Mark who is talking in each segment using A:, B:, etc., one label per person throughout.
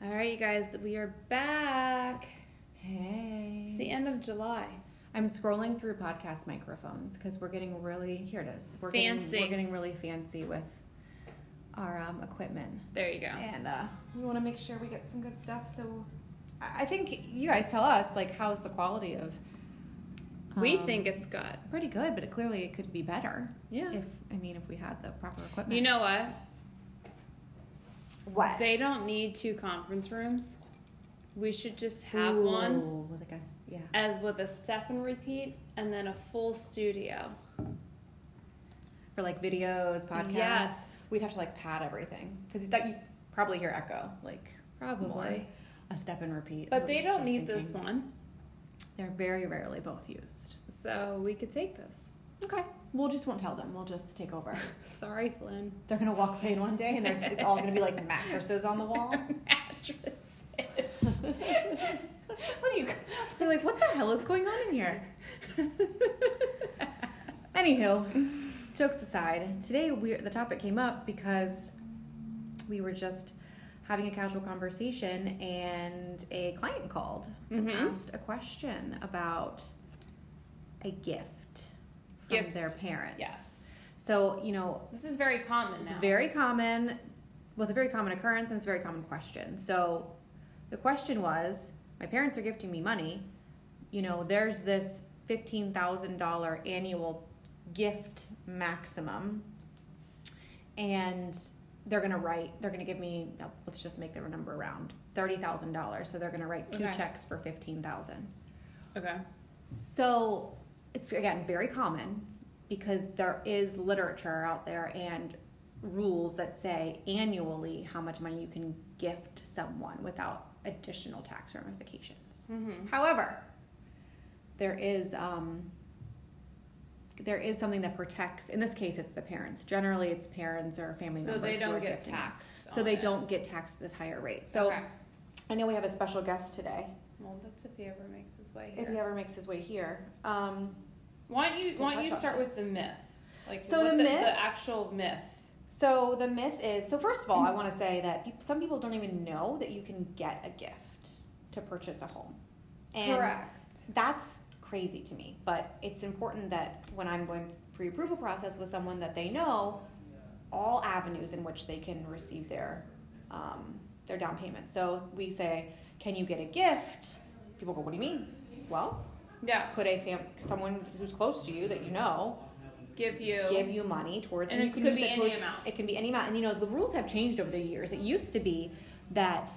A: guys, we are back. It's the
B: Hey.
A: end of July.
B: I'm scrolling through podcast microphones because we're getting really here it is. We're
A: Fancy.
B: Getting, we're getting really fancy with our um, equipment,
A: There you go.
B: and uh, we want to make sure we get some good stuff. So, I I think you guys tell us like how's the quality of.
A: we
B: um,
A: think it's good.
B: pretty good, but it, clearly it could be better.
A: Yeah.
B: If I mean, if we had the proper equipment.
A: You know what?
B: what?
A: They don't need two conference rooms. We should just have
B: Ooh,
A: one
B: With like a s- yeah.
A: as with a step and repeat and then a full studio.
B: for like videos, podcasts.
A: Yes.
B: We'd have to like pad everything because that you probably hear echo like
A: Probably.
B: More. a step and repeat. I
A: But they
B: was
A: don't
B: just
A: need this
B: thinking.
A: one.
B: They're very rarely both used.
A: So we could take this.
B: Okay, we'll just won't tell them. We'll just take over.
A: Sorry, Flynn.
B: They're gonna walk in one day and there's it's all gonna be like mattresses on the wall.
A: Mattresses.
B: what are you? They're like, what the hell is going on in here? Anywho, jokes aside, today we the topic came up because we were just having a casual conversation and a client called and
A: Mhm.
B: asked a question about a gift from
A: Gift.
B: their parents.
A: Yes.
B: So, you know,
A: This is very common
B: it's
A: now.
B: very common was a very common occurrence and it's a very common question so the question was my parents are gifting me money you know there's this $15000 annual gift maximum and they're going to write they're going to give me no, let's just make the number round $30000 so they're going to write two
A: Okay.
B: checks for 15000
A: okay.
B: so it's again very common because there is literature out there and rules that say annually how much money you can gift someone without additional tax ramifications.
A: Mm-hmm.
B: However, there is um, there is something that protects. In this case, it's the parents. Generally, it's parents or family
A: So
B: members.
A: they
B: who are
A: don't get
B: gifting it.
A: taxed.
B: So
A: on
B: they
A: it.
B: don't get taxed at this higher rate. So
A: Okay.
B: I know we have a special guest today.
A: Well, that's if he ever makes his way
B: If
A: here.
B: he ever makes his way here. Um,
A: why don't you
B: to
A: Why
B: touch
A: don't you
B: on
A: start with the
B: this.
A: myth? Like
B: So
A: what
B: the myth-
A: the actual myth.
B: So the myth is so. First of all, I want to say that peop some people don't even know that you can get a gift to purchase a home. And
A: Correct.
B: That's crazy to me, but it's important that when I'm going pre-approval process with someone that they know all avenues in which they can receive their um, their down payment. So we say, "Can you get a gift?" People go, "What do you mean?" Well,
A: Yeah.
B: could a fam- someone who's close to you that you know
A: Give you.
B: give you money towards
A: And it
B: you can
A: could
B: use
A: be any
B: towards-
A: amount.
B: It can be any amount. And you know, the rules have changed over the years. It used to be that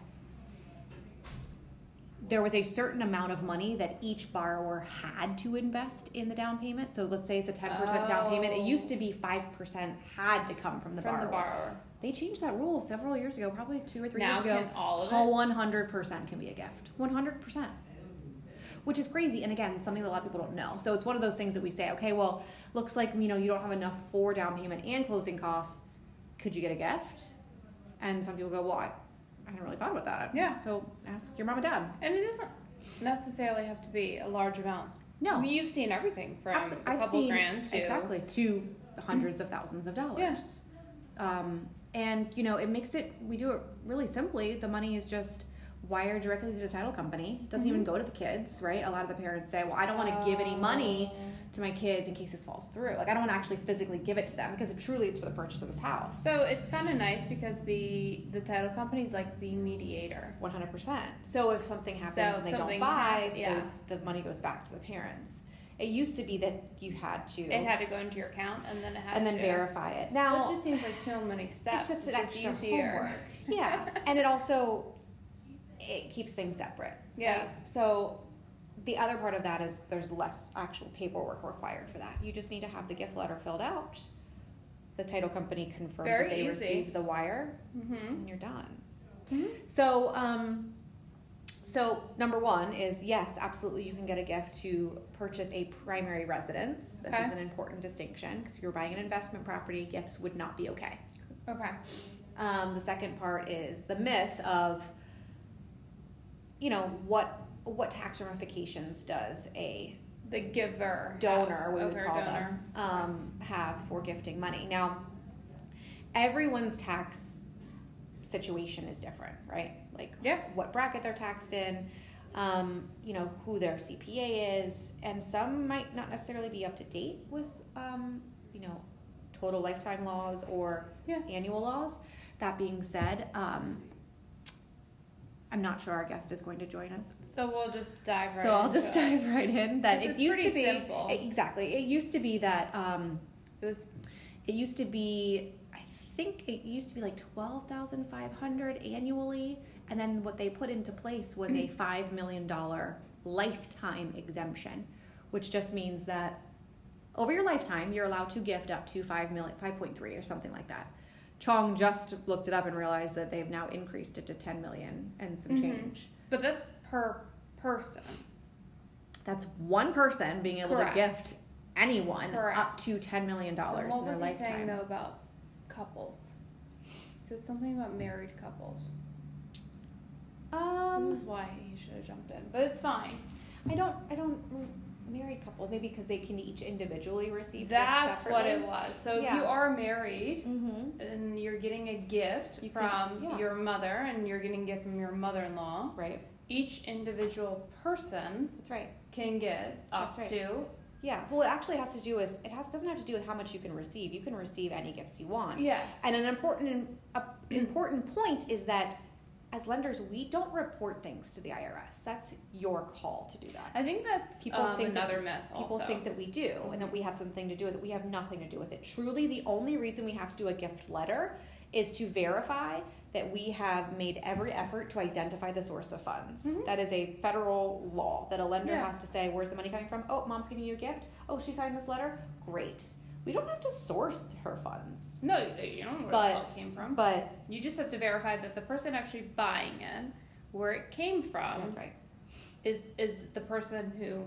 B: there was a certain amount of money that each borrower had to invest in the down payment. So let's say it's a 10% down payment. It used to be 5% had to come from the
A: from
B: borrower.
A: the borrower.
B: They changed that rule several years ago, probably two or three
A: Now
B: years ago.
A: can all of
B: Whole
A: it?
B: 100% can be a gift. 100%. Which is crazy. And again, something that a lot of people don't know. So it's one of those things that we say, okay, well, looks like, you know, you don't have enough for down payment and closing costs. Could you get a gift? And some people go, well, I, I hadn't really thought about that.
A: Yeah.
B: So ask your mom and dad.
A: And it doesn't necessarily have to be a large amount.
B: No.
A: You've seen everything from
B: Absolutely.
A: a
B: I've
A: couple
B: seen
A: grand to
B: exactly to hundreds of thousands of dollars.
A: Yes.
B: Um, and you know, it makes it. We do it really simply. The money is just wired directly to the title company. It doesn't even
A: Mhm.
B: go to the kids, right? A lot of the parents say, "Well, I don't want to give
A: Oh.
B: any money to my kids in case this falls through. Like, I don't want to actually physically give it to them because it truly it's for the purchase of this house."
A: So it's kind of nice because the the title company is like the mediator.
B: One hundred percent. So if something happens
A: So
B: and they
A: something
B: don't buy,
A: hap- yeah.
B: the, the money goes back to the parents. It used to be that you had to
A: It had to go into your account and then it had
B: and then
A: to
B: verify it. Now
A: Well, it just seems like so many steps.
B: just an extra
A: easier.
B: homework. Yeah, and it also it keeps things separate.
A: Yeah.
B: right? So the other part of that is there's less actual paperwork required for that. You just need to have the gift letter filled out. The title company confirms
A: Very
B: that they
A: easy.
B: received the wire,
A: Mm-hmm.
B: and you're done.
A: Mhm.
B: Mm-hmm. So, um, so number one is yes, absolutely, you can get a gift to purchase a primary residence. This
A: Okay.
B: is an important distinction because if you're buying an investment property, gifts would not be okay.
A: Okay.
B: Um, the second part is the myth of, you know, what what tax ramifications does a
A: The giver.
B: donor, we
A: Okay,
B: would call
A: donor.
B: them, um, have for gifting money? Now, everyone's tax situation is different, right? Like
A: Yeah.
B: what bracket they're taxed in, um, you know, who their CPA is, and some might not necessarily be up to date with, um, you know, total lifetime laws or
A: Yeah.
B: annual laws. That being said, um, I'm not sure our guest is going to join us
A: So we'll just dive right
B: so I'll
A: into
B: just
A: it.
B: dive right in that
A: This
B: it
A: is
B: used to
A: pretty
B: be
A: simple.
B: exactly it used to be that um,
A: It was
B: it used to be I think it used to be like twelve thousand five hundred annually, and then what they put into place was a five million dollar lifetime exemption, which just means that over your lifetime you're allowed to gift up to five million five point three or something like that. Chong just looked it up and realized that they've now increased it to ten million and some
A: Mhm.
B: change.
A: but that's per person.
B: That's one person being able
A: Correct.
B: to gift anyone up
A: Correct.
B: to ten million dollars
A: What
B: in their
A: was he saying
B: lifetime.
A: though about couples? He said something about married couples. Um, this
B: Um,
A: is why he should have jumped in, but it's fine.
B: I don't, I don't mm, married couples. Maybe because they can each individually receive.
A: That's what it was. So if you
B: Yeah.
A: are married
B: Mm-hmm.
A: and you're getting a gift
B: You can-
A: from
B: yeah.
A: your mother and you're getting a gift from your mother-in-law,
B: Right.
A: each individual person
B: That's right.
A: can get up
B: That's
A: to
B: Yeah. Well, it actually has to do with it has doesn't have to do with how much you can receive. You can receive any gifts you want.
A: yes.
B: And an important a, important point is that as lenders, we don't report things to the IRS. That's your call to do that.
A: I think that's
B: People
A: um,
B: think that-
A: another myth.
B: people
A: also.
B: think that we do and that we have something to do with it. We have nothing to do with it. Truly, the only reason we have to do a gift letter is to verify that we have made every effort to identify the source of funds.
A: Mhm.
B: That is a federal law that a lender
A: Yeah.
B: has to say, where's the money coming from? Oh, mom's giving you a gift. Oh, she signed this letter. Great. We don't have to source her funds.
A: no, you don't know where
B: But-
A: the all came from.
B: But
A: You just have to verify that the person actually buying it, where it came from,
B: that's right.
A: is is the person who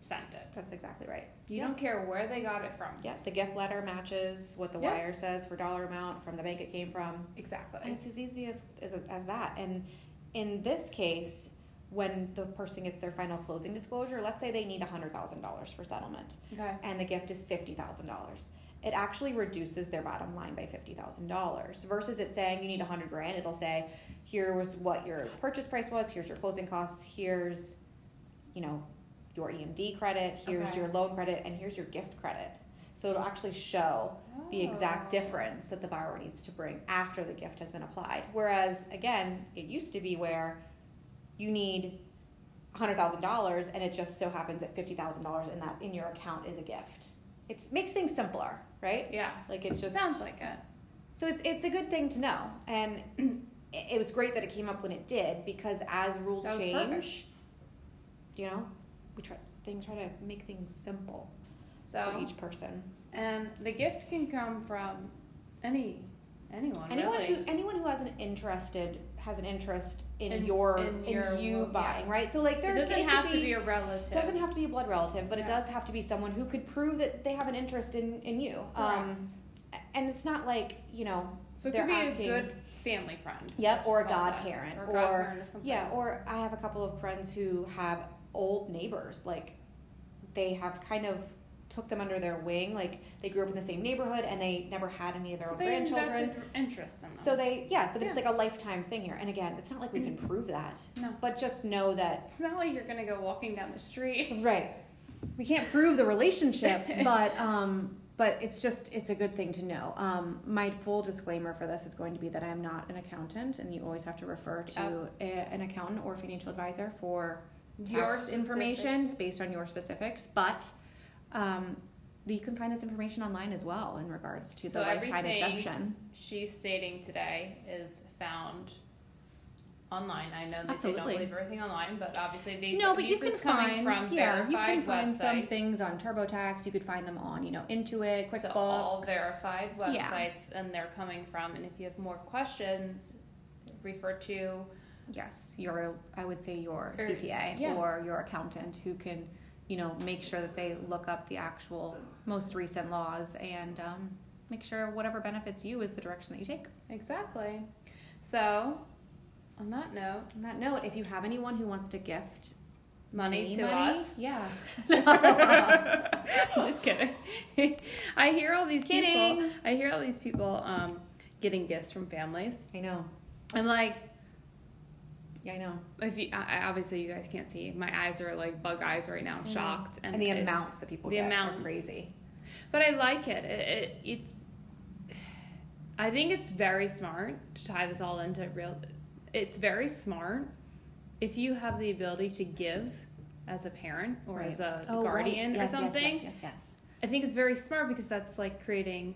A: sent it.
B: That's exactly right.
A: You
B: Yeah.
A: don't care where they got it from.
B: Yeah, the gift letter matches what the
A: Yeah.
B: wire says for dollar amount from the bank it came from. And
A: Exactly.
B: it's as easy as, as, as that. And in this case, when the person gets their final closing disclosure, let's say they need $100,000 for settlement
A: Okay.
B: and the gift is $50,000. It actually reduces their bottom line by $50,000 versus it saying you need 100 grand. It'll say, here was what your purchase price was, here's your closing costs, here's, you know, your EMD credit, here's
A: Okay.
B: your loan credit, and here's your gift credit. So it'll actually show the exact
A: Oh.
B: difference that the borrower needs to bring after the gift has been applied. Whereas, again, it used to be where you need $100,000 and it just so happens that $50,000 in that in your account is a gift. It makes things simpler, right?
A: Yeah.
B: Like it's just
A: Sounds like it.
B: so it's it's a good thing to know and it- it was great that it came up when it did because as rules
A: That was
B: change,
A: perfect.
B: you know, we try things try to make things simple for
A: So
B: each person.
A: and the gift can come from any anyone,
B: anyone
A: Oh, really.
B: who anyone who has an interested has an interest in,
A: In-
B: your
A: in
B: in,
A: your-
B: you
A: yeah.
B: buying right so like there
A: it doesn't
B: could
A: have to be a relative.
B: it doesn't have to be a blood relative but it
A: Yeah.
B: does have to be someone who could prove that they have an interest in in you um a- and it's not like you know
A: so it
B: they're
A: could be
B: asking-
A: a good family friend.
B: Yep,
A: Let's
B: or
A: just
B: a
A: call it that.
B: godparent,
A: Or a
B: or-
A: godparent or something.
B: yeah or i have a couple of friends who have old neighbors like they have kind of took them under their wing like they grew up in the same neighborhood and they never had any of their
A: so
B: own
A: they
B: grandchildren
A: invested interest in them.
B: so they yeah but it's
A: Yeah. Mm-hmm.
B: like a lifetime thing here and again it's not like we can prove that
A: no.
B: but just know that
A: It's not like you're gonna go walking down the street.
B: Right. We can't prove the relationship, but um, but it's just it's a good thing to know. Um, my full disclaimer for this is going to be that I'm not an accountant, and you always have to refer to a, an accountant or financial advisor for
A: Your
B: tax
A: specific-
B: information it's based on your specifics. But um, you can find this information online as well in regards to the
A: So
B: lifetime
A: everything-
B: exemption.
A: She's stating today is found online. I know that they
B: Absolutely.
A: don't believe everything online, but obviously these
B: No, but you
A: these
B: can
A: is coming
B: find
A: from
B: yeah,
A: verified
B: you can find
A: websites.
B: some things on TurboTax. You could find them on you know Intuit, QuickBooks.
A: So all verified
B: Yeah.
A: websites, and they're coming from. And if you have more questions, refer to
B: Yes, your I would say your
A: Or-
B: CPA
A: yeah.
B: or your accountant who can, you know, make sure that they look up the actual most recent laws and um, make sure whatever benefits you is the direction that you take.
A: exactly. So, on that note,
B: On that note, if you have anyone who wants to gift
A: money
B: me
A: to
B: money,
A: us.
B: yeah,
A: I'm just kidding. I hear all these people.
B: kidding.
A: I hear all these people um, getting gifts from families.
B: I know.
A: I'm like,
B: Yeah, I know.
A: if you I, I- obviously you guys can't see, my eyes are like bug eyes right now,
B: Mhm.
A: shocked.
B: And,
A: And,
B: the
A: it's-
B: amounts that people
A: the
B: get are
A: amounts.
B: crazy.
A: But I like it. It, it. It's. I think it's very smart to tie this all into real. It's very smart if you have the ability to give as a parent or as
B: Right.
A: a
B: Oh, right.
A: guardian
B: Yes, yes,
A: or something.
B: Yes, yes, yes.
A: I think it's very smart because that's like creating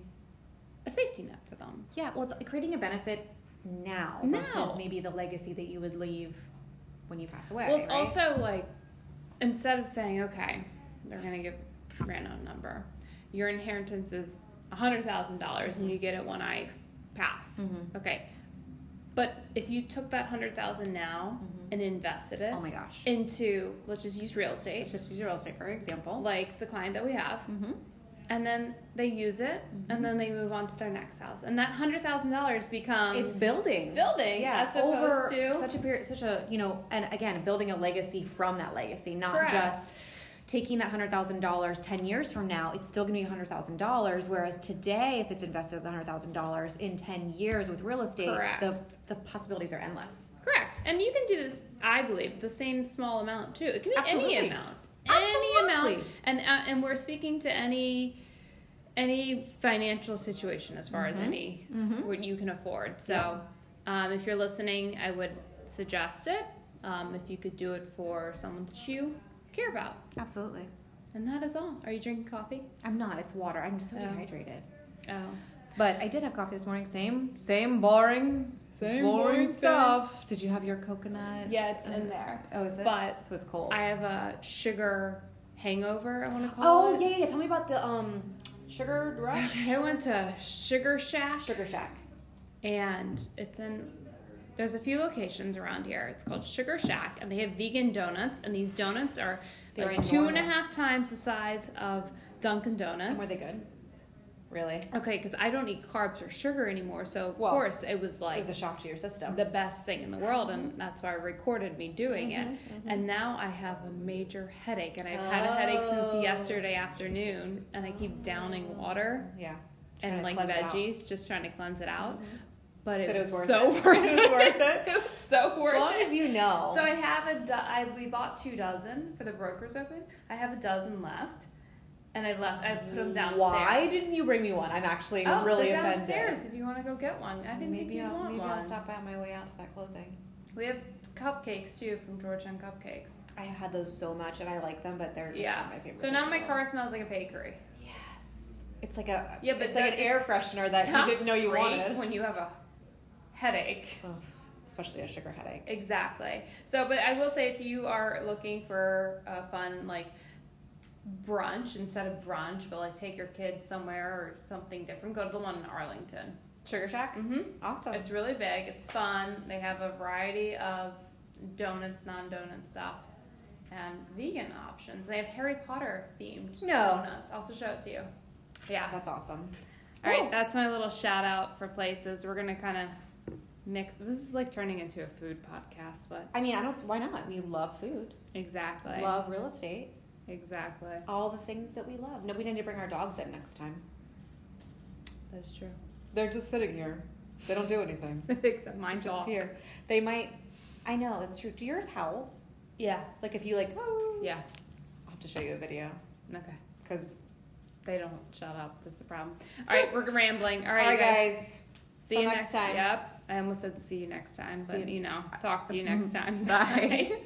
A: a safety net for them.
B: Yeah, well, it's creating a benefit now
A: Now.
B: versus maybe the legacy that you would leave when you pass away.
A: well, it's
B: right?
A: also like instead of saying okay, they're gonna give random number, your inheritance is hundred thousand dollars and you get it when I pass.
B: Mhm.
A: Okay, but if you took that hundred thousand now
B: Mhm.
A: and invested it
B: Oh my gosh.
A: into let's just use real
B: Let's
A: estate,
B: just use real estate for example.
A: like the client that we have,
B: Mm-hmm.
A: and then they use it
B: Mhm.
A: and then they move on to their next house, and that hundred thousand dollars becomes
B: it's building.
A: building
B: Yeah,
A: as opposed
B: over
A: to
B: such a period, such a you know, and again, building a legacy from that legacy, not
A: Correct.
B: just taking that hundred thousand dollars ten years from now. It's still going to be hundred thousand dollars. Whereas today, if it's invested as hundred thousand dollars in ten years with real estate,
A: Correct.
B: the the possibilities are endless.
A: Correct. And you can do this, I believe, the same small amount too. It can be
B: Absolutely.
A: any amount.
B: Absolutely.
A: Any amount. And uh, and we're speaking to any any financial situation as far as
B: Mhm.
A: any
B: Mm-hmm.
A: what you can afford. So, um, if you're listening, I would suggest it. Um, if you could do it for someone that you care about.
B: Absolutely.
A: And that is all. Are you drinking coffee?
B: I'm not. It's water. I'm so
A: Oh.
B: dehydrated.
A: Oh.
B: But I did have coffee this morning. Same, same boring,
A: Same
B: boring,
A: boring
B: stuff. Did you have your coconut?
A: Yeah, it's in there.
B: Oh, is it?
A: But
B: so it's cold.
A: I have a sugar hangover, I want to call
B: oh
A: it.
B: yeah, yeah. Tell me about the um sugar rush.
A: I went to Sugar Shack.
B: sugar shack.
A: and it's in there's a few locations around here it's called sugar shack and they have vegan donuts and these donuts are
B: They're
A: like two and a
B: enormous.
A: half times the size of dunkin' donuts
B: And were they good? Really?
A: okay because i don't eat carbs or sugar anymore so of
B: Well,
A: course it was like
B: it was a Mm-hmm. shock to your system.
A: the best thing in the world and that's why i recorded me doing it
B: Mhm, mhm.
A: and now i have a major headache and i've had a headache
B: Oh.
A: since yesterday afternoon and i keep downing water
B: yeah.
A: and
B: Trying
A: like
B: to cleanse it out. Mm-hmm.
A: veggies just trying to cleanse it out but it,
B: But it
A: was,
B: was worth
A: so
B: it.
A: worth
B: It was worth it.
A: it was so worth
B: As long
A: it.
B: as you know.
A: So I have a, do- I, we bought two dozen for the brokers open. I have a dozen left, and I left. I put them downstairs.
B: Why didn't you bring me one? I'm actually
A: oh,
B: really
A: they're
B: offended.
A: downstairs if you want to go get one. I didn't
B: maybe
A: think you'd
B: I'll,
A: want
B: maybe
A: one.
B: I'll stop by on my way out to that closing.
A: We have cupcakes too from Georgetown Cupcakes.
B: I have had those so much, and I like them, but they're just
A: Yeah.
B: not my favorite.
A: So
B: thing
A: now
B: in
A: my
B: the
A: car smells like a bakery.
B: world. Yes. It's like a
A: Yeah, but
B: it's like
A: that-
B: an air freshener that
A: Not
B: you didn't know you
A: great
B: wanted.
A: when you have a headache.
B: Ugh, especially a sugar headache.
A: Exactly. So, but I will say if you are looking for a fun, like, brunch instead of brunch, but like take your kids somewhere or something different, go to the one in Arlington.
B: Sugar Shack,
A: hmm
B: awesome.
A: It's really big, it's fun. They have a variety of donuts, non donut stuff, and vegan options. They have Harry Potter themed
B: No.
A: donuts. I'll also show it to you. Yeah.
B: That's awesome.
A: All right,
B: Cool.
A: that's my little shout out for places. We're going to kind of mix. This is like turning into a food podcast, but
B: I mean, I don't. Why not? We love food.
A: exactly.
B: Love real estate.
A: Exactly.
B: All the things that we love. No, we need to bring our dogs in next time.
A: That is true.
B: They're just sitting here. They don't do anything.
A: Except my
B: Just
A: dog.
B: here. They might. I know it's true. Do yours howl?
A: Yeah.
B: Like if you like. "Meow."
A: Yeah.
B: I'll have to show you a video
A: Okay.
B: because.
A: They don't shut up. Is the problem. All right, we're rambling. All right, you guys.
B: guys.
A: See
B: Till
A: you
B: next
A: next
B: time.
A: Yep. I almost said see you next time,
B: See
A: but
B: you-
A: you know, talk to you next time.
B: Bye.